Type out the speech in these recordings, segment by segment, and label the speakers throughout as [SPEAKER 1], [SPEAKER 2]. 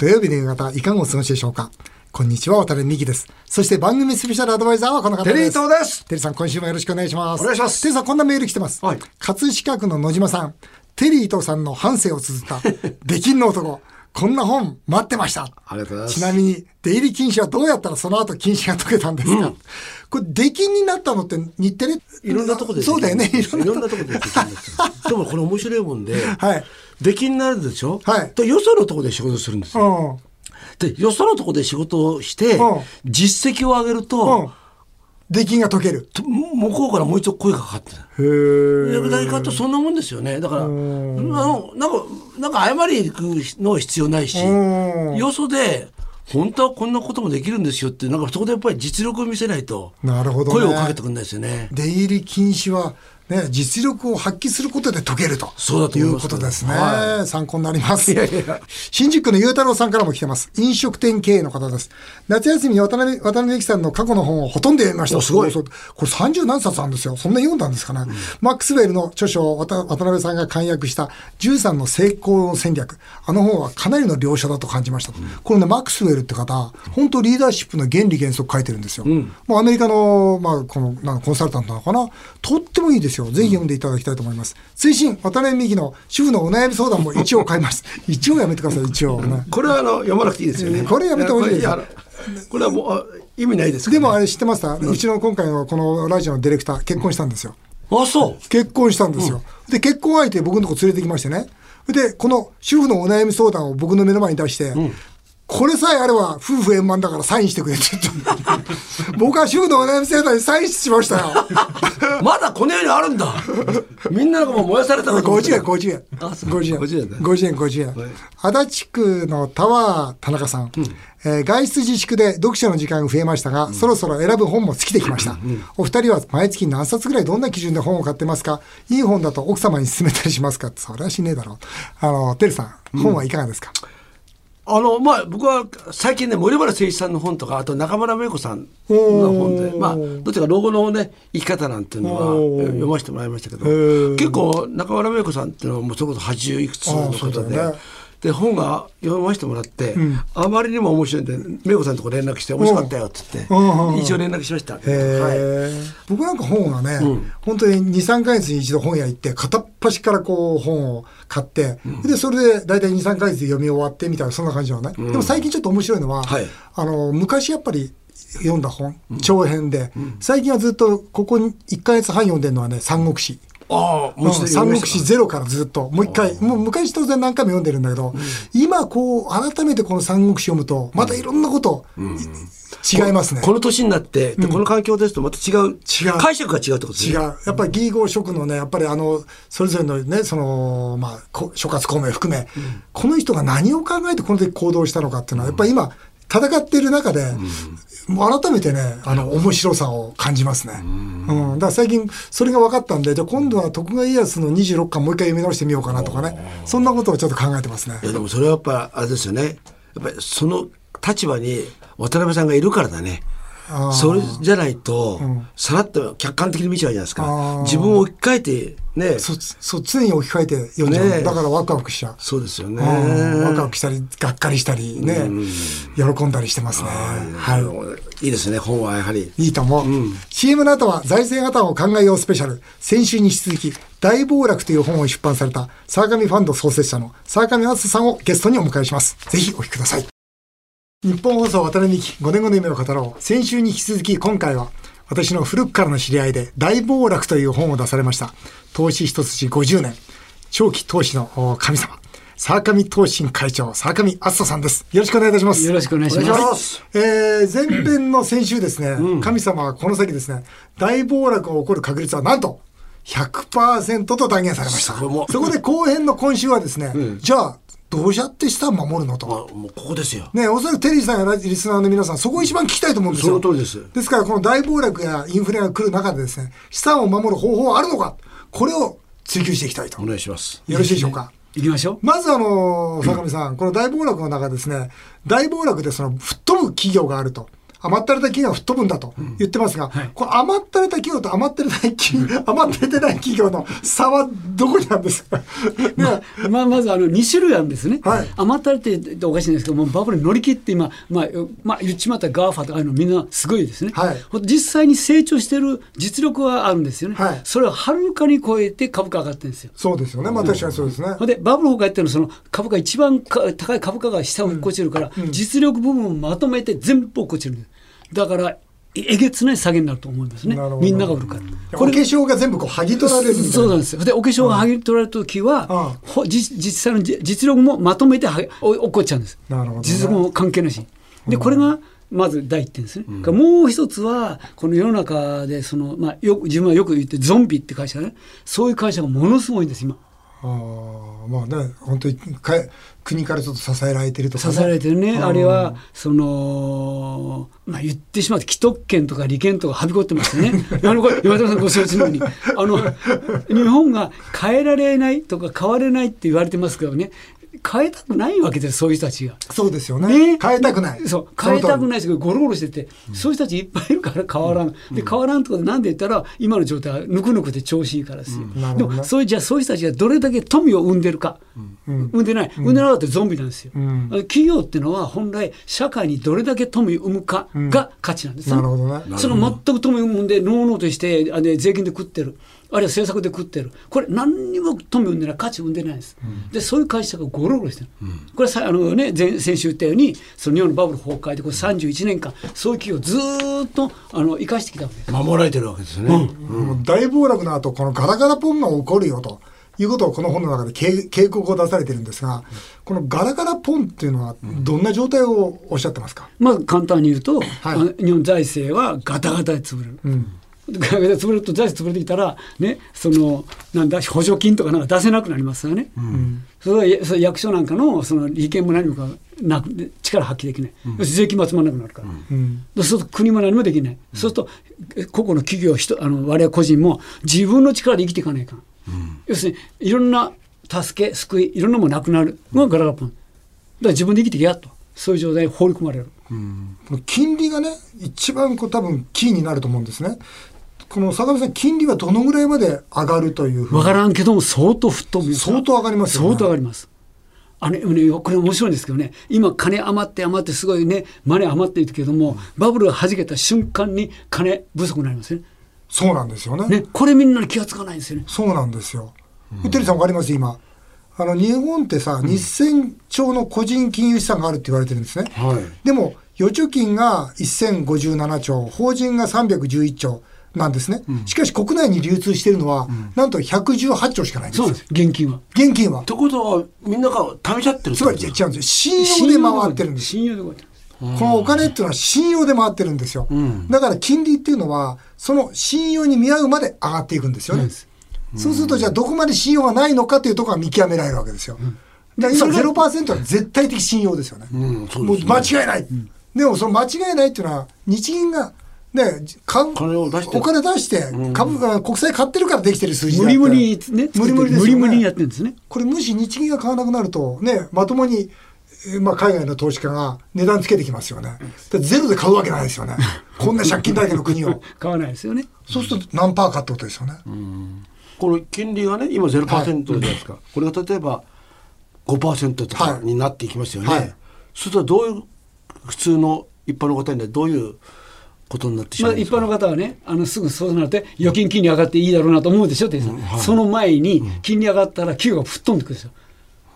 [SPEAKER 1] 土曜日の夕方、いかがお過ごしでしょうかこんにちは、渡辺美希です。そして番組スペシャルアドバイザーはこの方です。
[SPEAKER 2] テリー東です
[SPEAKER 1] テリーさん、今週もよろしくお願いします。
[SPEAKER 2] お願いします
[SPEAKER 1] テリーさん、こんなメール来てます。
[SPEAKER 2] はい
[SPEAKER 1] 葛飾区の野島さん、テリーとさんの半生を 綴った、できんの男、こんな本待ってました。
[SPEAKER 2] ありがとうございます
[SPEAKER 1] ちなみに、出入り禁止はどうやったらその後禁止が解けたんですか、これ、出禁になったのって日テレ
[SPEAKER 3] いろんなとこで
[SPEAKER 1] そうだよね。い
[SPEAKER 3] い
[SPEAKER 1] ろんな
[SPEAKER 3] ろんなとこでできるんですよ。 でもこれ面白いもんで、
[SPEAKER 1] はい
[SPEAKER 3] 出禁になるでしょ、
[SPEAKER 1] はい
[SPEAKER 3] とよそのとこで仕事するんですよ。
[SPEAKER 1] うん。
[SPEAKER 3] で、よそのとこで仕事をして、
[SPEAKER 1] うん
[SPEAKER 3] 実績を上げる
[SPEAKER 1] うん
[SPEAKER 3] と、。
[SPEAKER 1] 出禁が解ける。
[SPEAKER 3] と向こうからもう一度声がかかってる。
[SPEAKER 1] へー
[SPEAKER 3] で大化ってそんなもんですよねだからあのなんかなんか謝りに行くのは必要ないし
[SPEAKER 1] うん
[SPEAKER 3] よそで本当はこんなこともできるんですよってなんかそこでやっぱり実力を見せないと
[SPEAKER 1] なるほどね
[SPEAKER 3] 声をかけてくんないですよね。
[SPEAKER 1] 出入り禁止は、ね、実力を発揮することで解けると
[SPEAKER 3] そうだと思います
[SPEAKER 1] うことですね、
[SPEAKER 3] は
[SPEAKER 1] 参考になります新宿区のゆうたろうさんからも来てます飲食店経営の方です夏休みに渡辺渡辺美樹さんの過去の本をほとんど読みました
[SPEAKER 3] おすごい
[SPEAKER 1] そうこれ30何冊あるんですよそんな読んだんですかね、マックスウェルの著書を渡渡辺さんが簡約した13の成功戦略あの本はかなりの良書だと感じましたと、これねマックスウェルって方本当リーダーシップの原理原則書いてるんですよ、もうアメリカの,、まあ、このなんかコンサルタントなのかなとってもいいですよぜひ読んでいただきたいと思います、推進渡辺美樹の主婦のお悩み相談も一応買います 一応やめてください一応ね
[SPEAKER 2] これはあの読まなくていいですよね。
[SPEAKER 1] これやめてほしいです
[SPEAKER 2] やこれいやこれはもうあ意味ないですから
[SPEAKER 1] で
[SPEAKER 2] ね、
[SPEAKER 1] もあれ知ってました、うちの今回のこのラジオのディレクター結婚したんですよ、
[SPEAKER 3] あそう
[SPEAKER 1] 結婚したんですよ。で、結婚相手僕のとこ連れてきましてね。で、この主婦のお悩み相談を僕の目の前に出して、これさえあれば夫婦円満だからサインしてくれって言って。僕は主婦のお悩み相談にサインしましたよ。
[SPEAKER 3] まだこの世にあるん だみんななんかもう燃やされたのかと思って
[SPEAKER 1] 50円、50円。50円。
[SPEAKER 2] 50円ね
[SPEAKER 1] 50円、50円。足立区のタワー田中さん。えー外出自粛で読書の時間が増えましたが、そろそろ選ぶ本も尽きてきました。お二人は毎月何冊ぐらいどんな基準で本を買ってますかいい本だと奥様に勧めたりしますかそれはしねえだろう。あの、てるさん、本はいかがですか、
[SPEAKER 3] あのまあ僕は最近ね森原誠一さんの本とかあと中村芽子さんの本でまあどっちか老後のね生き方なんていうのは
[SPEAKER 1] おー
[SPEAKER 3] え読ませてもらいましたけど
[SPEAKER 1] ー
[SPEAKER 3] 結構中村芽子さんっていうのはもうそれこそ80いくつの
[SPEAKER 1] あーそ
[SPEAKER 3] 方
[SPEAKER 1] う
[SPEAKER 3] で、
[SPEAKER 1] だよね
[SPEAKER 3] で本が読ませてもらって、あまりにも面白いんで芽子さんのとこ連絡して面白かったよって言って、
[SPEAKER 1] うんうん
[SPEAKER 3] 一応連絡しました、は
[SPEAKER 1] へー
[SPEAKER 3] い、
[SPEAKER 1] 僕なんか本はね、本当に23ヶ月に一度本屋行って片っ端からこう本を買って、でそれで大体23ヶ月で読み終わってみたいなそんな感じなのね、でも最近ちょっと面白いのは、
[SPEAKER 3] はい
[SPEAKER 1] あの昔やっぱり読んだ本、長編で、最近はずっとここに1ヶ月半読んでるのはね「三国志」
[SPEAKER 3] ああもう一度
[SPEAKER 1] 三
[SPEAKER 3] 読みま
[SPEAKER 1] 国
[SPEAKER 3] した
[SPEAKER 1] 志ゼロからずっともう一回もう昔当然何回も読んでるんだけど、今こう改めてこの三国志読むとまたいろんなこと、い違いますね
[SPEAKER 3] この年になって、でこの環境ですとまた違う
[SPEAKER 1] 違う
[SPEAKER 3] 解釈が違うってことです
[SPEAKER 1] 違う
[SPEAKER 3] ね
[SPEAKER 1] やっぱり義合職のねやっぱりあのそれぞれのねそのまあこ諸葛孔明含め、この人が何を考えてこの時行動したのかっていうのはやっぱり今戦ってる中で、もう改めてねあの面白さを感じますね、うんだから最近それが分かったんでじゃあ今度は徳川家康の26巻もう一回読み直してみようかなとかねそんなことをちょっと考えてますね
[SPEAKER 3] いやでもそれはやっぱあれですよねやっぱりその立場に渡辺さんがいるからだね
[SPEAKER 1] あー
[SPEAKER 3] それじゃないと、さらっと客観的に見ちゃうじゃないです
[SPEAKER 1] あー
[SPEAKER 3] か自分を置き換えてね
[SPEAKER 1] そ
[SPEAKER 3] そう
[SPEAKER 1] そう常に置き換えて読んじゃう、
[SPEAKER 3] ねえ
[SPEAKER 1] だからワクワクしちゃう
[SPEAKER 3] ですよ
[SPEAKER 1] う
[SPEAKER 3] ね
[SPEAKER 1] んワクワクしたりがっかりしたりね、喜んだりしてますね。はい
[SPEAKER 3] いですね本はやはり
[SPEAKER 1] いいと思う。CM の後は財政破綻を考えようスペシャル。先週に引き続き、大暴落という本を出版された、沢上ファンド創設者の沢上敦さんをゲストにお迎えします。ぜひお聞きください。日本放送渡辺美希5年後の夢を語ろう。先週に引き続き今回は、私の古くからの知り合いで、大暴落という本を出されました。投資一筋50年、長期投資のお神様、沢上投信会長、沢上敦さんです。よろしくお願いいたします。
[SPEAKER 4] よろしくお願いします
[SPEAKER 1] す。えー前編の先週ですね、神様はこの先ですね、大暴落が起こる確率はなんと100%と断言されました。
[SPEAKER 3] それも
[SPEAKER 1] そこで後編の今週はですね、じゃあ、どうやって資産守るのと。
[SPEAKER 3] あもうここですよ
[SPEAKER 1] ね、おそらくテリーさんやリスナーの皆さん、そこを一番聞きたいと思うんですよ。
[SPEAKER 3] その通りです
[SPEAKER 1] ですから、この大暴落やインフレが来る中でですね、資産を守る方法はあるのか、これを追求していきたいと。
[SPEAKER 3] お
[SPEAKER 1] よ
[SPEAKER 3] 願いします
[SPEAKER 1] ろしいでしょうか。
[SPEAKER 4] 行きましょう。
[SPEAKER 1] まずあの、坂上さん、この大暴落の中ですね、大暴落でその吹っ飛ぶ企業があると。余ったれた企業は吹っ飛ぶんだと言ってますが、これ余ったれた企業と余ってれない 企、余ってれてない企業の差はどこにあるんですかね
[SPEAKER 4] まあ、まずあの2種類あるんですね、
[SPEAKER 1] はい
[SPEAKER 4] 余ったれてっておかしいんですけどもうバブルに乗り切って今、まあまあ、言っちまったガーファとかああいうのみんなすごいですね、
[SPEAKER 1] はい
[SPEAKER 4] ほんと実際に成長してる実力はあるんですよね、
[SPEAKER 1] はい
[SPEAKER 4] それをはるかに超えて株価上がってるんですよ
[SPEAKER 1] そうですよね。まあ確かにそうですね。
[SPEAKER 4] ほんでバブル崩壊っていうのはその株価一番か高い株価が下を落っこちるから、実力部分をまとめて全部落っこちるんですだからえげつない下げになると思いますね
[SPEAKER 1] なるほど
[SPEAKER 4] みんなが売るから
[SPEAKER 1] これ、お化粧が全部こう、剥ぎ取られるみたいな。
[SPEAKER 4] そうなんですよ。で、お化粧が剥ぎ取られるときは、ほ実実際のじ実力もまとめてはげお落っこっちゃうんです。
[SPEAKER 1] なるほどね
[SPEAKER 4] 実力も関係ないし。で、これが、まず第一点ですね。からもう一つは、この世の中で、その、まあ、よく、自分はよく言って、ゾンビって会社ね。そういう会社がものすごいんです、今。
[SPEAKER 1] あーまあね、本当にか国からちょっと支えられてるとか、
[SPEAKER 4] 支えられてるね、
[SPEAKER 1] うん
[SPEAKER 4] あれはその、まあ、言ってしまうと既得権とか利権とかはびこってますよ ねあのこれ岩田さんご承知のようにあの日本が変えられないとか変われないって言われてますけどね変えたくないわけですそういう人たちが。
[SPEAKER 1] そうですよね。
[SPEAKER 4] ね
[SPEAKER 1] 変えたくない。
[SPEAKER 4] そう変えたく
[SPEAKER 1] い。
[SPEAKER 4] ないですけどゴロゴロしてて、そういう人たちいっぱいいるから変わらん、で変わらんとかなんで言ったら今の状態はぬくぬくで調子いいからですよ、
[SPEAKER 1] なる
[SPEAKER 4] で
[SPEAKER 1] ほどね
[SPEAKER 4] もそういうじゃあそういう人たちがどれだけ富を生んでるか、生んでない生んでなかったらゾンビなんですよ、
[SPEAKER 1] ん
[SPEAKER 4] 企業っていうのは本来社会にどれだけ富を生むかが価値なんです、
[SPEAKER 1] なるほどね。
[SPEAKER 4] その全く富を生んでのうのうとしてあの税金で食ってるあるいは政策で食ってるこれ何にも富を生んでない価値を生んでないんです、でそういう会社がゴロゴロしてる、これさあの、ね、前先週言ったようにその日本のバブル崩壊でこれ31年間そういう企業をずーっとあの生かしてきたわけです
[SPEAKER 3] 守られてるわけですね。
[SPEAKER 1] もう大暴落の後、このガラガラポンが起こるよと。いうことをこの本の中で警警告を出されてるんですが、このガラガラポンっていうのはどんな状態をおっしゃってますか、
[SPEAKER 4] まず簡単に言うと、
[SPEAKER 1] い
[SPEAKER 4] あの日本財政はガタガタで潰れる。ガタガタで潰れると財政潰れてきたら、ね、そのなんだ補助金とかなんか出せなくなりますよね、それはそれ役所なんかのその利権も何もかなくで力発揮できない、要するに税金も集まらなくなるから、そうすると国も何もできない、そうするとえ個々の企業人あの我々個人も自分の力で生きていかないかん、要するにいろんな助け救いいろんなものなくなるのがガラガラポンだから自分で生きてきやとそういう状態に放り込まれる。
[SPEAKER 1] この金利がね、一番こう多分キーになると思うんですね。この坂上さん、金利はどのぐらいまで上がるというふう
[SPEAKER 4] わ
[SPEAKER 1] に
[SPEAKER 4] からんけども相当吹っ飛ぶよ
[SPEAKER 1] 相当上がりますよね
[SPEAKER 4] 相当上がりますあのねこれ面白いんですけどね今金余って余ってすごいねマネ余っているけどもバブルが弾けた瞬間に金不足になりますね
[SPEAKER 1] そうなんですよね。
[SPEAKER 4] ねこれみんなに気がつかないんですよね
[SPEAKER 1] そうなんですよ。うてるさんわかります今。あの、日本ってさ、2000兆の個人金融資産があるって言われてるんですね。
[SPEAKER 3] はい
[SPEAKER 1] でも、預貯金が1057兆、法人が311兆なんですね。しかし国内に流通しているのは、なんと118兆しかないんです
[SPEAKER 4] そう
[SPEAKER 1] よ。
[SPEAKER 4] なんです現金は
[SPEAKER 1] 現金は
[SPEAKER 3] っ。てことはみんなが貯めちゃってるって
[SPEAKER 1] つ
[SPEAKER 3] こ
[SPEAKER 1] ま
[SPEAKER 3] と
[SPEAKER 1] り
[SPEAKER 3] で
[SPEAKER 1] 違
[SPEAKER 3] す
[SPEAKER 1] う
[SPEAKER 3] か
[SPEAKER 1] んですよ。信用で回ってるんです。
[SPEAKER 4] 信用で動いてるんです
[SPEAKER 1] このお金っていうのは信用で回ってるんですよ。だから金利っていうのは、その信用に見合うまで上がっていくんですよね。そうすると、じゃあどこまで信用がないのかというところが見極められるわけですよ。だから今ゼロパーセントは絶対的信用ですよね。
[SPEAKER 3] そう
[SPEAKER 1] も
[SPEAKER 3] で
[SPEAKER 1] う
[SPEAKER 3] すね
[SPEAKER 1] 間違いない。でもその間違いないっていうのは、日銀が、ね、株
[SPEAKER 3] 金を出して
[SPEAKER 1] お金出して、株が国債買ってるからできてる数字だ
[SPEAKER 4] 無
[SPEAKER 1] って
[SPEAKER 4] 理無理ね
[SPEAKER 1] 無理無理ですよね
[SPEAKER 4] 無理無理にやってるんですね
[SPEAKER 1] これもし日銀が買わなくなると、ね、まともに、えーまあ、海外の投資家が値段つけてきますよね。だってゼロで買うわけないですよね。こんな借金だらけの国 を。
[SPEAKER 4] 買わないですよね
[SPEAKER 1] そうすると何パーかってことですよね。
[SPEAKER 3] この金利がね今ゼロパーセントじゃないですか、これが例えば5%とか
[SPEAKER 1] はい
[SPEAKER 3] になっていきますよね、
[SPEAKER 1] はい
[SPEAKER 3] それとどういう普通の一般の方にはどういうことになってし
[SPEAKER 4] ま
[SPEAKER 3] まう
[SPEAKER 4] あ、
[SPEAKER 3] んで
[SPEAKER 4] 一
[SPEAKER 3] すか、
[SPEAKER 4] 般の方はね、あのすぐそうなって、預金金利上がっていいだろうなと思うでしょ、店員さん、その前に、金利上がったら、給与が吹っ飛んでくるんです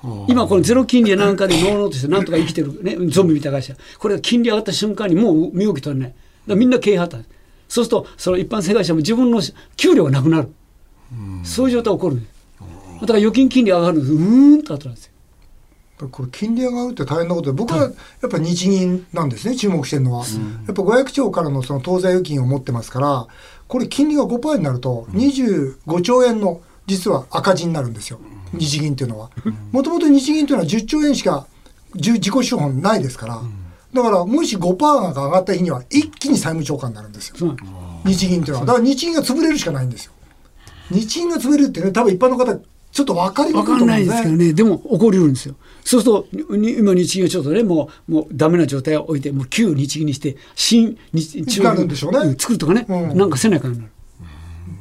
[SPEAKER 4] よ。今、このゼロ金利なんかで、ノーノーとして、なんとか生きてる、ね、ゾンビみたいな会社、これが金利上がった瞬間に、もう身動き取れない、だからみんな経営破綻、そうすると、その一般世界者も自分の給料がなくなる、そういう状態が起こるんです、だから預金金利上がるんです、うーんと後なんですよ。
[SPEAKER 1] これ金利上がるって大変なことで僕はやっぱ日銀なんですね注目してるのは、やっぱ500兆からのその当座預金を持ってますからこれ金利が5%になると25兆円の実は赤字になるんですよ日銀っていうのはもともと日銀っていうのは10兆円しか自自己資本ないですから、だからもし5%が上がった日には一気に債務超過になるんですよ
[SPEAKER 4] そうなんです
[SPEAKER 1] 日銀っていうのはだから日銀が潰れるしかないんですよ日銀が潰れるってね多分一般の方ちょっと分かり
[SPEAKER 4] わ
[SPEAKER 1] にく
[SPEAKER 4] か
[SPEAKER 1] と思うん
[SPEAKER 4] ないですけどね、でも起こりうるんですよ。そうすると、に今、日銀はちょっとね、もう、もうダメな状態を置いて、もう旧日銀にして、新日中
[SPEAKER 1] なるんでしょうね
[SPEAKER 4] ん作るとかね、
[SPEAKER 1] うん
[SPEAKER 4] なんかせないからになる。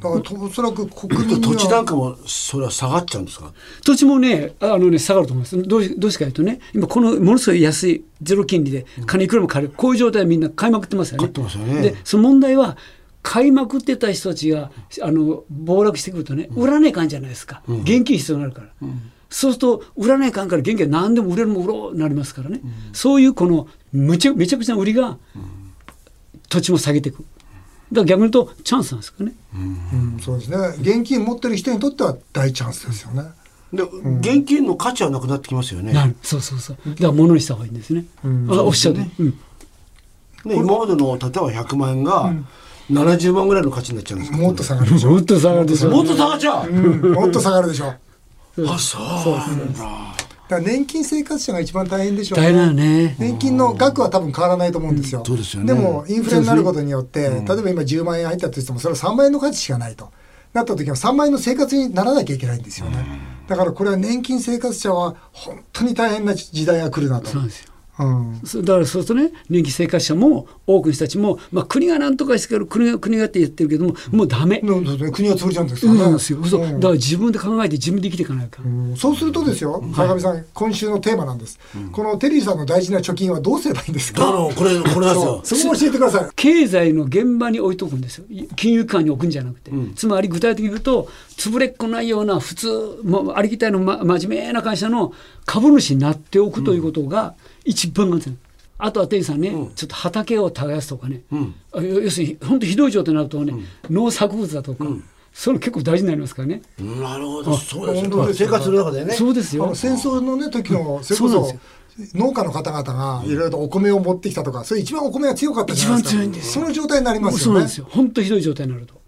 [SPEAKER 1] だからとおそらく国民には
[SPEAKER 3] 土地なんかもそれは下がっちゃうんですか
[SPEAKER 4] 土地もね、あのね、下がると思います。どうしどうしてかというとね、今、このものすごい安いゼロ金利で、金いくらも買える、こういう状態でみんな買いまくってますよね。
[SPEAKER 3] 買ってますよね
[SPEAKER 4] で、その問題は、買いまくってた人たちが、あの、暴落してくるとね、売らねえかんじゃないですか。現金必要になるから。そうすると、売らねえかんから現金は何でも売れるもん売ろうになりますからね。そういうこの、むちゃめちゃくちゃな売りが、土地も下げていく。だから逆に言うと、チャンスなんですかね。
[SPEAKER 1] うんそうですね現金持ってる人にとっては大チャンスですよね
[SPEAKER 3] で、現金の価値はなくなってきますよね
[SPEAKER 4] なる。そうそうそう。だから物にした方がいいんですね。あおっしゃる。うん
[SPEAKER 3] ね今までの例えば100万円が70万ぐらいの価値になっちゃうんですか
[SPEAKER 1] もっと下がるでしょ
[SPEAKER 4] もっと下がるでしょ。
[SPEAKER 3] もっと下がっちゃう、
[SPEAKER 1] うんもっと下がるでしょだか
[SPEAKER 3] あそうなんだ
[SPEAKER 1] ら年金生活者が一番大変でしょうね
[SPEAKER 4] 大変だよね。
[SPEAKER 1] 年金の額は多分変わらないと思うんですよ。
[SPEAKER 3] そうですよね
[SPEAKER 1] でも、インフレになることによって、例えば今10万円入ったとしても、それは3万円の価値しかないと。なった時は3万円の生活にならなきゃいけないんですよね。だからこれは年金生活者は本当に大変な時代が来るなと。
[SPEAKER 4] そうなんですよ。
[SPEAKER 1] うん。
[SPEAKER 4] そうだからそうするとね、年金生活者も多くの人たちも、まあ、国がなんとかですけど、国が国がって言ってるけども、もうダメ。
[SPEAKER 1] なそうですね国は潰れちゃうんです
[SPEAKER 4] そう
[SPEAKER 1] よね。
[SPEAKER 4] なんですよ。そう
[SPEAKER 1] う
[SPEAKER 4] だ
[SPEAKER 1] ん
[SPEAKER 4] から自分で考えて自分で生きていかないから。
[SPEAKER 1] うんそうするとですよ、坂上さん、今週のテーマなんです。このテリーさんの大事な貯金はどうすればいいんです
[SPEAKER 3] だから
[SPEAKER 1] か
[SPEAKER 3] これこれなんです
[SPEAKER 1] そ
[SPEAKER 3] よ
[SPEAKER 1] うそこを教えてください。
[SPEAKER 4] 経済の現場に置いとくんですよ、金融機関に置くんじゃなくて、つまり具体的に言うと、潰れっこないような、普通、もうありきたりの、ま、真面目な会社の株主になっておくということが一番なんですよ。あとは店員さんね、ちょっと畑を耕すとかね、あ要要するに本当ひどい状態になるとね、農作物だとか、そういうの結構大事になりますからね。
[SPEAKER 3] なるほどそうです
[SPEAKER 1] 本当
[SPEAKER 3] ね
[SPEAKER 1] ですよ
[SPEAKER 3] 生活の中でね
[SPEAKER 4] そうです
[SPEAKER 1] あ
[SPEAKER 4] よ
[SPEAKER 1] の。戦争のね時のそれこ
[SPEAKER 4] そうなん
[SPEAKER 1] そ農家の方々がいろいろとお米を持ってきたとかそれ一番お米が強かったじゃないですか
[SPEAKER 4] 一番強いんです
[SPEAKER 1] その状態になります
[SPEAKER 4] そ
[SPEAKER 1] よ
[SPEAKER 4] うなん
[SPEAKER 1] ね
[SPEAKER 4] ですよ。本当ひどい状態になると。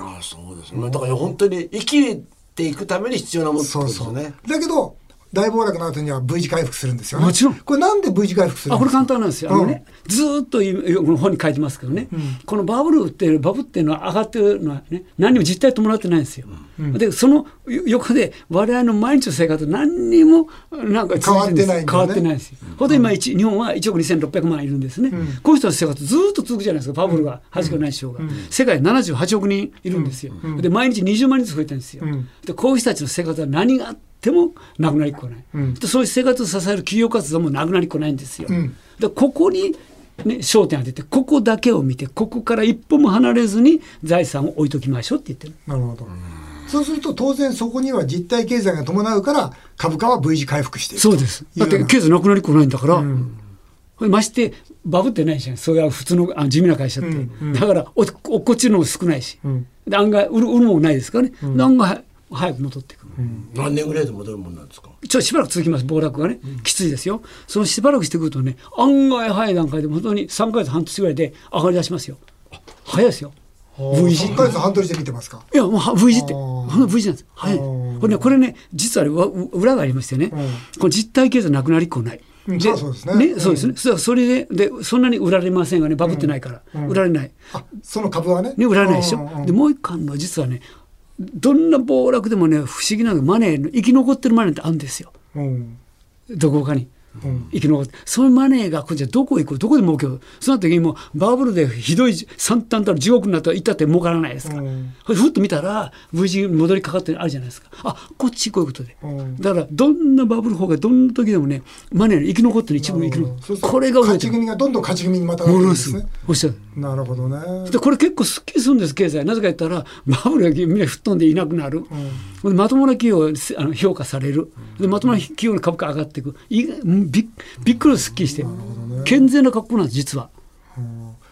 [SPEAKER 3] あそうですねだから本当に生きていくために必要なものって
[SPEAKER 1] そ
[SPEAKER 3] こ
[SPEAKER 1] う
[SPEAKER 3] とです
[SPEAKER 1] そ
[SPEAKER 3] よ
[SPEAKER 1] う
[SPEAKER 3] ね
[SPEAKER 1] だけど大暴落の後には V 字回復するんですよね
[SPEAKER 4] もちろん
[SPEAKER 1] これなんで V 字回復するん
[SPEAKER 4] あこ
[SPEAKER 1] で
[SPEAKER 4] れ
[SPEAKER 1] すか
[SPEAKER 4] 簡単なんですよ、あのね、ずーっと今この本に書いてますけどね、このバブルっていうバブっていうのは上がってるのはね、何にも実態伴ってないんですよ。で、その横で、我々の毎日の生活、何にもなんか続てるです変
[SPEAKER 1] 変
[SPEAKER 4] わ
[SPEAKER 1] わ
[SPEAKER 4] っ
[SPEAKER 1] ってて
[SPEAKER 4] な
[SPEAKER 1] ないい
[SPEAKER 4] んですよ。ほんで今、一日本は1億2600万いるんですね、この人の生活、ずーっと続くじゃないですか、バブルが、はじかないでしょうが、世界78億人いるんですよ、で毎日20万人ずつ増えてるんですよ。
[SPEAKER 1] ん
[SPEAKER 4] でこういう人たちの生活は何があってもなくなりっこない、でそういう生活を支える企業活動もなくなりっこないんですよ、でここに、ね、焦点当ててここだけを見てここから一歩も離れずに財産を置いときましょうって言ってる
[SPEAKER 1] なるほどそうすると当然そこには実体経済が伴うから株価は V 字回復していく
[SPEAKER 4] そうですだって経済なくなりっこないんだから、ましてバブってないじゃんそれは普通のあ地味な会社って、だからおおこっちの方少ないし、で案外売る売るもんないですからね、で案外早く戻っていく、
[SPEAKER 3] 何年ぐらいで戻るもんなんですか
[SPEAKER 4] ちょしばらく続きます、暴落がね、きついですよ、そのしばらくしてくるとね、案外早い段階で、本当に3か月、半年ぐらいで上がりだしますよ、早いですよ、
[SPEAKER 1] V 字1ヶ月半年で見てますか
[SPEAKER 4] いや、もう V 字って、
[SPEAKER 1] あー
[SPEAKER 4] ほんの V 字なんです、早い、
[SPEAKER 1] あー
[SPEAKER 4] これね、これね実はねわう裏がありましてね、この実体経済なくなりっこない。
[SPEAKER 1] うんそりゃそうですねうん
[SPEAKER 4] そうですね。それはそれで、で、そんなに売られませんがね、バブってないから、売られない。
[SPEAKER 1] あその株はね
[SPEAKER 4] ね、売られないでし
[SPEAKER 1] うんうんう
[SPEAKER 4] ょ。
[SPEAKER 1] ん
[SPEAKER 4] で、もう一個あるのは実はね、どんな暴落でもね、不思議なのがマネーの、生き残ってるマネーってあるんですよ。
[SPEAKER 1] うん
[SPEAKER 4] どこかに。生き残ってそのマネーがこれじゃどこ行こうどこで儲けようその時にもうバブルでひどい惨憺たる地獄になったら行ったって儲からないですから、
[SPEAKER 1] うん
[SPEAKER 4] これふっと見たら V 字に戻りかかってるのあるじゃないですかあこっちこういうことで、
[SPEAKER 1] うん
[SPEAKER 4] だからどんなバブル法がどんな時でもねマネーの生き残ってる一部生き残って
[SPEAKER 1] そう
[SPEAKER 4] る
[SPEAKER 1] すると
[SPEAKER 4] これが
[SPEAKER 1] 勝
[SPEAKER 4] て
[SPEAKER 1] ち
[SPEAKER 4] る
[SPEAKER 1] 組がどんどん勝ち組にまたなってい
[SPEAKER 4] も
[SPEAKER 1] くん
[SPEAKER 4] の
[SPEAKER 1] ですす
[SPEAKER 4] ごい
[SPEAKER 1] ね
[SPEAKER 4] おっしゃる
[SPEAKER 1] なるほどね
[SPEAKER 4] でこれ結構すっきりするんです経済なぜか言ったら バブルがみんな吹っ飛んでいなくなる、でまともな企業があの評価されるでまともな企業の株価上がっていくいうんびっびっくりすっきりして健全な格好なんです実は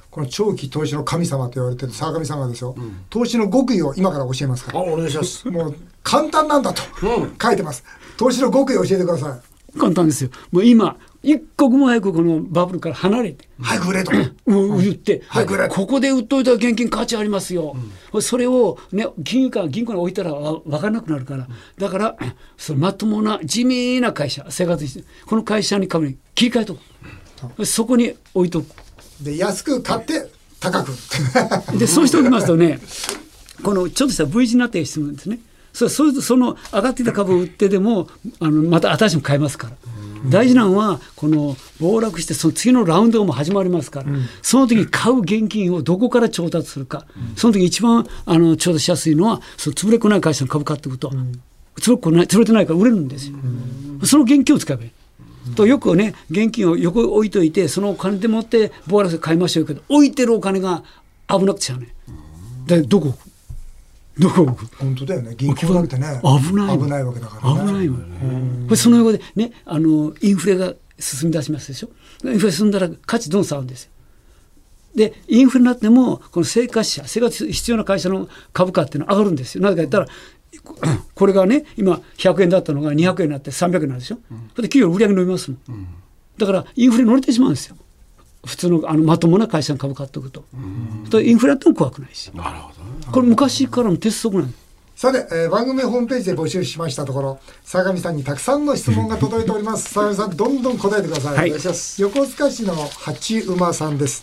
[SPEAKER 1] この長期投資の神様と言われてる沢上さんがですよ、投資の極意を今から教えますか
[SPEAKER 3] あ
[SPEAKER 1] ら
[SPEAKER 3] お願いします
[SPEAKER 1] もう簡単なんだと
[SPEAKER 3] うん
[SPEAKER 1] 書いてます投資の極意を教えてくださ
[SPEAKER 4] 簡単ですよもう今一刻も早くこのバブルから離れて
[SPEAKER 1] い早く売れと
[SPEAKER 4] う言って、
[SPEAKER 1] はいこれ
[SPEAKER 4] ここで売っといたら現金価値ありますよ、それを、ね、金融か銀行に置いたらわ分からなくなるから、だから、そのまともな地味な会社、生活して、この会社に株に切り替えとく、そこに置いとく、
[SPEAKER 1] で安く買って高く売る
[SPEAKER 4] でそうしておきますとね、このちょっとした V 字になってしまうんですね、それそれその上がってきた株を売ってでもあのまた新しいの買えますから大事なのはこの暴落してその次のラウンドがもう始まりますから、その時に買う現金をどこから調達するか、その時一番あの調達しやすいのはその潰れっこない会社の株買っていくと、潰れっこない潰れてないから売れるんですよ、その現金を使えばいい。とよくね現金を横に置いといてそのお金でもって暴落で買いましょうけど置いてるお金が危なくちゃうねでどこ置くどこ置く
[SPEAKER 1] 本当だよね銀行だってね
[SPEAKER 4] 危ない
[SPEAKER 1] 危ないわけだから、ね、
[SPEAKER 4] 危ないもんねこれその横でねあのインフレが進み出しますでしょインフレ進んだら価値どん下がるんですよでインフレになってもこの生活者生活必要な会社の株価っていうのは上がるんですよなぜか言ったらここれがね今100円だったのが200円になって300円になるでしょ、それで企業の売り上げ伸びますもん、だからインフレ乗れてしまうんですよ普通のあのまともな会社の株買っておくと、とインフレだっても怖くないし
[SPEAKER 3] なるほどね
[SPEAKER 4] これ昔からの鉄則なんです
[SPEAKER 1] さて、えー番組ホームページで募集しましたところ相模さんにたくさんの質問が届いており ます相模さんどんどん答えてください、
[SPEAKER 4] はい
[SPEAKER 1] 横須賀市の八馬さんです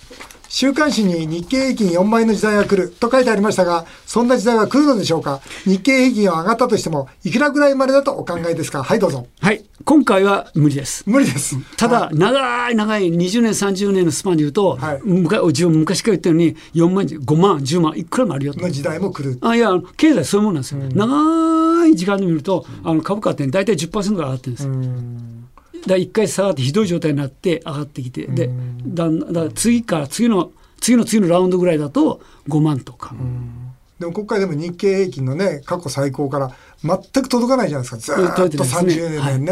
[SPEAKER 1] 週刊誌に日経平均4倍の時代が来ると書いてありましたが、そんな時代は来るのでしょうか日経平均は上がったとしても、いくらぐらいまでだとお考えですかはい、どうぞ。
[SPEAKER 4] はい今回は無理です
[SPEAKER 1] 無理です。
[SPEAKER 4] た
[SPEAKER 1] は
[SPEAKER 4] だ
[SPEAKER 1] い、
[SPEAKER 4] 長い長い20年30年のスパンで言うと、
[SPEAKER 1] はい
[SPEAKER 4] むか自分昔から言ったように4万5万10万いくらもあるよと
[SPEAKER 1] の時代も来る。
[SPEAKER 4] あいや経済そういうもんなんですよ、長い時間で見ると、あの株価って大体10%が上がってるんですよ、だから1回下がってひどい状態になって上がってきて、でだんだから次から次の次の次のラウンドぐらいだと5万とか、
[SPEAKER 1] でも今回でも日経平均のね、過去最高から全く届かないじゃないですか。ずーっと
[SPEAKER 4] 届いてないですね
[SPEAKER 1] 30年ね。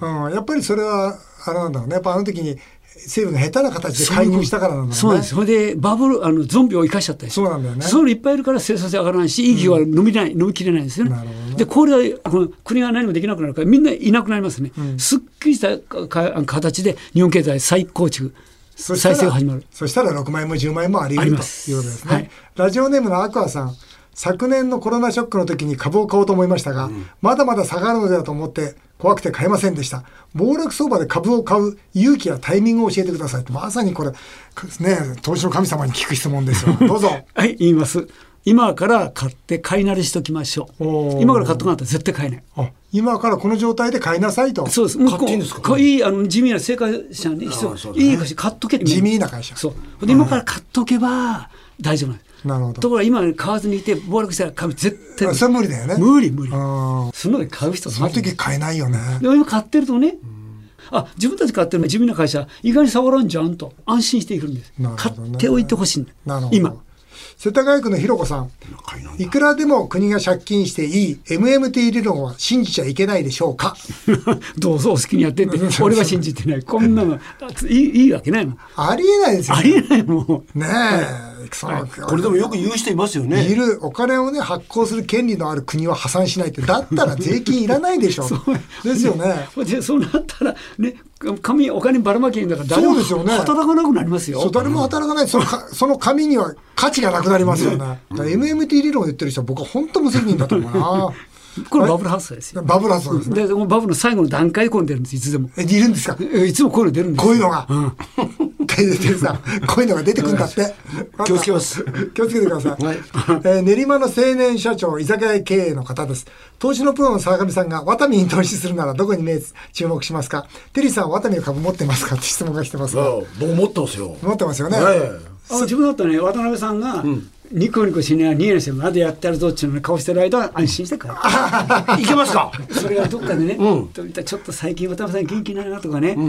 [SPEAKER 1] うん、やっぱりそれは、あれなんだろうね。やっぱあの時に政府が下手な形で介入したからなんだろうね。
[SPEAKER 4] そうなんですそれでバブルあのゾンビを生かしちゃったりして
[SPEAKER 1] そうなんだよね
[SPEAKER 4] そういうのいっぱいいるから生産性上がらないし、意義は伸びない、伸びきれないんですよね
[SPEAKER 1] なるほどね。
[SPEAKER 4] で、これはこの国が何もできなくなるから、みんないなくなりますね。すっきりしたかか形で日本経済再構築、
[SPEAKER 1] そ
[SPEAKER 4] 再
[SPEAKER 1] したら
[SPEAKER 4] 生が始まる。
[SPEAKER 1] そしたら6枚も10枚もあり得る
[SPEAKER 4] あり
[SPEAKER 1] ということ
[SPEAKER 4] ます
[SPEAKER 1] ですね。
[SPEAKER 4] はい
[SPEAKER 1] ラジオネームのアクアさん、昨年のコロナショックの時に株を買おうと思いましたが、まだまだ下がるのではと思って怖くて買えませんでした。暴落相場で株を買う勇気やタイミングを教えてください。まさにこれ、かね、投資の神様に聞く質問 ですよ。どうぞ。
[SPEAKER 4] はい、言います。今から買って買い慣れしときましょ
[SPEAKER 1] おー
[SPEAKER 4] う。今から買っとかなったら絶対買えない。
[SPEAKER 1] あ今からこの状態で買いなさいと。
[SPEAKER 4] そうです。向こう
[SPEAKER 3] 買っていいんですか
[SPEAKER 4] こいいあの地味な正解者に必
[SPEAKER 3] あ
[SPEAKER 4] 要
[SPEAKER 3] あそうだね
[SPEAKER 4] いい会社買っとけって
[SPEAKER 1] 地味な会社
[SPEAKER 4] そう。で今から買っとけば大丈夫なんです。
[SPEAKER 1] なるほど
[SPEAKER 4] ところが今買わずにいて暴落したら買う絶対
[SPEAKER 1] あそれは無理だよね。
[SPEAKER 4] 無理無理
[SPEAKER 1] う。ん
[SPEAKER 4] そんなの買う人
[SPEAKER 1] その時買えないよね。
[SPEAKER 4] でも今買ってるとね、あ自分たち買ってるの地味な会社意外に触らんじゃんと安心していくんです、
[SPEAKER 1] なるほ
[SPEAKER 4] 買
[SPEAKER 1] どね
[SPEAKER 4] っておいてほしいんだ
[SPEAKER 1] なるほど。
[SPEAKER 4] 今。
[SPEAKER 1] 世田谷区のひろこさん。
[SPEAKER 3] 買いなんだ
[SPEAKER 1] いくらでも国が借金していい MMT 理論は信じちゃいけないでしょうか
[SPEAKER 4] どうぞお好きにやってって俺は信じてないこ んなのあいいいいわけないもん
[SPEAKER 1] ありえないですよ、ね。
[SPEAKER 4] ありえないもん
[SPEAKER 1] ねえ、その
[SPEAKER 3] これでもよく言う人いますよね
[SPEAKER 1] いるお金をね発行する権利のある国は破産しないってだったら税金いらないで しょですよね
[SPEAKER 4] でそうなったらね紙お金ばらまけんだから誰も
[SPEAKER 1] そうですよね
[SPEAKER 4] 働かなくなります
[SPEAKER 1] そう
[SPEAKER 4] よ
[SPEAKER 1] 誰も働かないそのかその紙には価値がなくなりますよねだから MMT 理論を言ってる人は僕は本当無責任だと思う
[SPEAKER 4] これバブル発生です
[SPEAKER 1] な
[SPEAKER 4] よ
[SPEAKER 1] バブラスですね
[SPEAKER 4] でもうバブルの最後の段階でこういうの出るんですいつでも
[SPEAKER 1] えいるんですか
[SPEAKER 4] えいつもこういうの出るんです
[SPEAKER 1] こういうの
[SPEAKER 4] が
[SPEAKER 1] が、手で手さこういうのが出てくるんだって
[SPEAKER 3] 気をつけます
[SPEAKER 1] 気をつけてください、
[SPEAKER 3] はい
[SPEAKER 1] えー練馬の青年社長居酒屋経営の方です投資のプロの沢上さんがワタミに投資するならどこに目注目しますかテリーさんワタミの株持ってますかって質問が来てますが
[SPEAKER 3] ああ僕持ってますよ
[SPEAKER 1] 持ってますよね、
[SPEAKER 3] え
[SPEAKER 4] あ自分だったらね渡辺さんが、ニコニコしながらニヤニヤしてまだやってやるぞっていうのを顔してる間は安心して帰る
[SPEAKER 3] えいけますか
[SPEAKER 4] それがどっかでね、ちょっと最近渡辺さん元気ないなとかね、ちょっと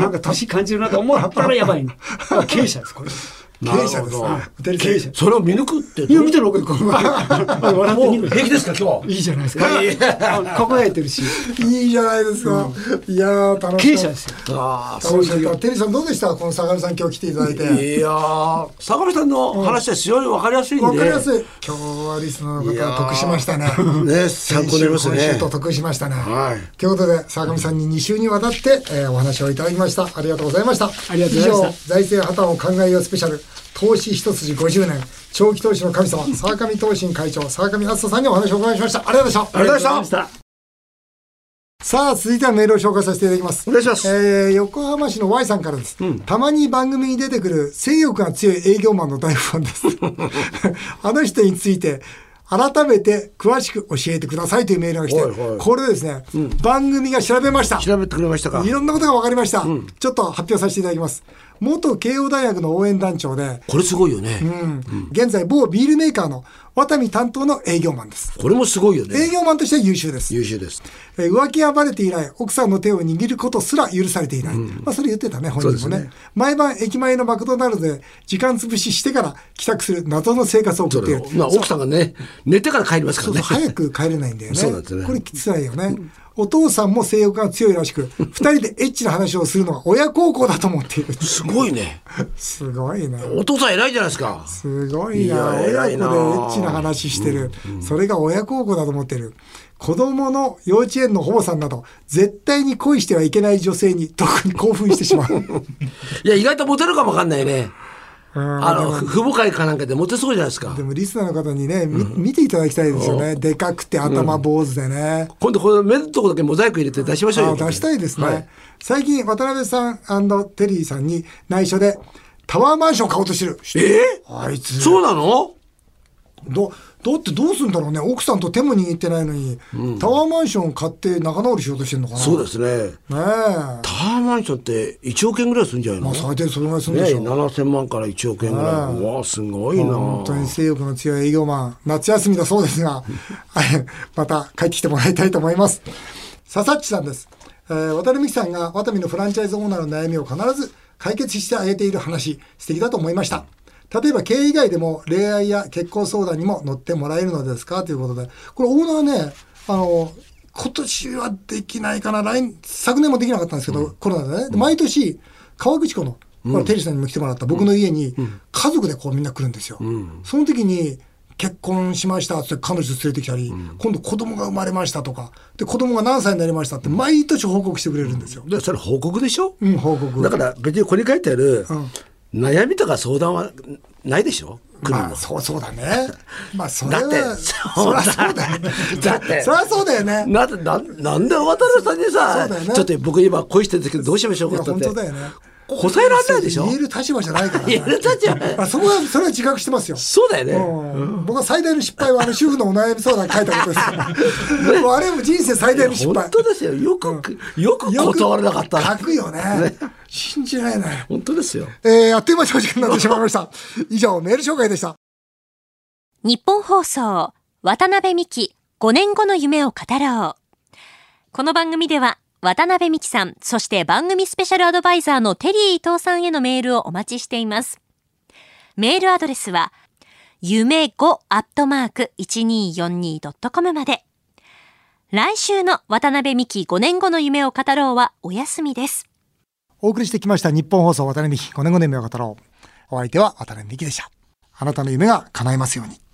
[SPEAKER 4] なんか年感じるなと思ったらやばいね経営者で すこれ
[SPEAKER 1] 経営者です
[SPEAKER 3] なるほ
[SPEAKER 1] テリーさん
[SPEAKER 3] それを見抜くって
[SPEAKER 4] いや見てるわけこの笑って
[SPEAKER 3] も
[SPEAKER 4] み
[SPEAKER 3] う
[SPEAKER 4] る
[SPEAKER 3] 平気ですか今
[SPEAKER 4] い
[SPEAKER 3] 日
[SPEAKER 4] いじゃないですか
[SPEAKER 3] はい
[SPEAKER 4] あ輝いてるし
[SPEAKER 1] いいじゃないですか、いやー楽し
[SPEAKER 4] 経営
[SPEAKER 1] そう
[SPEAKER 4] 者ですよ
[SPEAKER 3] あ
[SPEAKER 1] 楽しかったテリーさんどうでしたこの相上さん今日来ていただい
[SPEAKER 3] あ
[SPEAKER 1] て
[SPEAKER 3] いやー坂上さんの話は非常に分かりやすいんで
[SPEAKER 1] わかりやすい今日はリスナーの方が得しましたね
[SPEAKER 3] ね参考になりますね
[SPEAKER 1] 先週今週と得しましたね。
[SPEAKER 3] はい
[SPEAKER 1] ということで、坂上さんに2週にわたって、えーお話をいただきました。ありがとうございました。
[SPEAKER 4] ありがとうございました
[SPEAKER 1] 以上、財政破綻を考えようスペシャル、投資一筋50年、長期投資の神 様、沢上投信会長、沢上敦人さんにお話をお伺いしました。ありがとうございました。
[SPEAKER 3] ありがとうございました
[SPEAKER 4] した
[SPEAKER 1] さあ、続いてはメールを紹介させていただきます。
[SPEAKER 3] お願いします
[SPEAKER 1] えー横浜市の Y さんからです。たまに番組に出て くる性欲が強い営業マンの大ファンです。あの人について、改めて詳しく教えてくださいというメールが来て、
[SPEAKER 3] はいはい
[SPEAKER 1] これですね、番組が調べました。
[SPEAKER 3] 調べてくれましたか
[SPEAKER 1] いろんなことが分かりました、ちょっと発表させていただきます。元慶応大学の応援団長で、
[SPEAKER 3] これすごいよね、
[SPEAKER 1] うん現在某ビールメーカーの渡見担当の営業マンです。
[SPEAKER 3] これもすごいよ
[SPEAKER 1] 営
[SPEAKER 3] ね
[SPEAKER 1] 業マンとしては優秀です。
[SPEAKER 3] 優秀です
[SPEAKER 1] えー浮気がバレて以来、奥さんの手を握ることすら許されていない。まあ、それ言ってたね、本人もね毎晩駅前のマクドナルドで時間潰ししてから帰宅する謎の生活を送っている。
[SPEAKER 3] まあ奥さんがね寝てから帰りますからね
[SPEAKER 1] 早く帰れないんだよね。
[SPEAKER 3] そうなんですね
[SPEAKER 1] これきついよね。お父さんも性欲が強いらしく、二人でエッチな話をするのが親孝行だと思っている。
[SPEAKER 3] すごいね
[SPEAKER 1] すごいね。
[SPEAKER 3] お父さん偉いじゃないですか
[SPEAKER 1] すごい
[SPEAKER 3] い
[SPEAKER 1] な
[SPEAKER 3] や
[SPEAKER 1] 親子
[SPEAKER 3] 偉
[SPEAKER 1] でエ
[SPEAKER 3] いな
[SPEAKER 1] ッチな話してる、それが親孝行だと思ってる子供の幼稚園の保母さんなど絶対に恋してはいけない女性に特に興奮して しまう
[SPEAKER 3] いや意外とモテるかもわかんないね
[SPEAKER 1] うん
[SPEAKER 3] あの父母会かなんかでモテそうじゃないですか
[SPEAKER 1] でもリスナーの方にね、み見ていただきたいですよねでかくて頭坊主でね、
[SPEAKER 3] 今度この目のとこだけモザイク入れて出しましょう
[SPEAKER 1] あ
[SPEAKER 3] よ
[SPEAKER 1] 出したいですね、
[SPEAKER 3] はい
[SPEAKER 1] 最近渡辺さんテリーさんに内緒でタワーマンション買おうとしてる
[SPEAKER 3] え
[SPEAKER 1] あいつ
[SPEAKER 3] そうなの
[SPEAKER 1] どだってどうすんだろうね奥さんと手も握ってないのに、タワーマンション買って仲直りしようとしてんのかな
[SPEAKER 3] そうですね
[SPEAKER 1] ねえ
[SPEAKER 3] タワーマンションって1億円ぐらいするんじゃないの、
[SPEAKER 1] まあ最低それぐらいするん
[SPEAKER 3] ね
[SPEAKER 1] でしょう、
[SPEAKER 3] 7000万から1億円ぐらい
[SPEAKER 1] ね
[SPEAKER 3] わあすごいな
[SPEAKER 1] 本当に性欲の強い営業マン夏休みだそうですがはいまた帰ってきてもらいたいと思います佐々木さんです、えー渡辺美樹さんが渡美のフランチャイズオーナーの悩みを必ず解決してあげている話素敵だと思いました例えば経営以外でも恋愛や結婚相談にも乗ってもらえるのですかということでこれオーナーねあの今年はできないかな来年昨年もできなかったんですけど、コロナでね、で毎年川口湖の、これテリーさんにも来てもらった僕の家に家族でこうみんな来るんですよ、その時に結婚しましたって彼女連れてきたり、今度子供が生まれましたとかで子供が何歳になりましたって毎年報告してくれるんですよ、
[SPEAKER 3] でそれ報告でしょ、
[SPEAKER 1] うん、報告
[SPEAKER 3] だから別にこれに書いてある、悩みとか相談はないでしょ来るの、
[SPEAKER 1] まあそうそうだ ねまあそれは
[SPEAKER 3] だって
[SPEAKER 1] そりゃそうだよね
[SPEAKER 3] だって
[SPEAKER 1] そりゃそうだよね
[SPEAKER 3] なななんで渡辺さんに
[SPEAKER 1] そ
[SPEAKER 3] さ、
[SPEAKER 1] うだよね
[SPEAKER 3] ちょっと僕今恋してるんですけどどうしましょう
[SPEAKER 1] い
[SPEAKER 3] か
[SPEAKER 1] や
[SPEAKER 3] って
[SPEAKER 1] 本当だよね
[SPEAKER 3] 答えられないでしょ
[SPEAKER 1] 言える立場じゃないから、ね、
[SPEAKER 3] 言える立場じゃない
[SPEAKER 1] あそこはそれは自覚してますよ
[SPEAKER 3] そうだよね、
[SPEAKER 1] うん僕は最大の失敗はあの主婦のお悩み相談に書いたことです もうあれも人生最大の失敗
[SPEAKER 3] 本当ですよよく、よく
[SPEAKER 1] よく
[SPEAKER 3] 断らなかったな
[SPEAKER 1] 書くよね信じられない、
[SPEAKER 3] 本当ですよ
[SPEAKER 1] えー、あっという間にお時間になってしまいました以上メール紹介でした
[SPEAKER 5] 日本放送、渡辺美希、5年後の夢を語ろう。この番組では、渡辺美希さん、そして番組スペシャルアドバイザーのテリー伊藤さんへのメールをお待ちしています。メールアドレスは、夢5アットマーク 1242.com まで。来週の渡辺美希5年後の夢を語ろうはお休みです。
[SPEAKER 1] お送りしてきました日本放送渡辺美希5年後の夢を語ろうお相手は渡辺美希でしたあなたの夢が叶えますように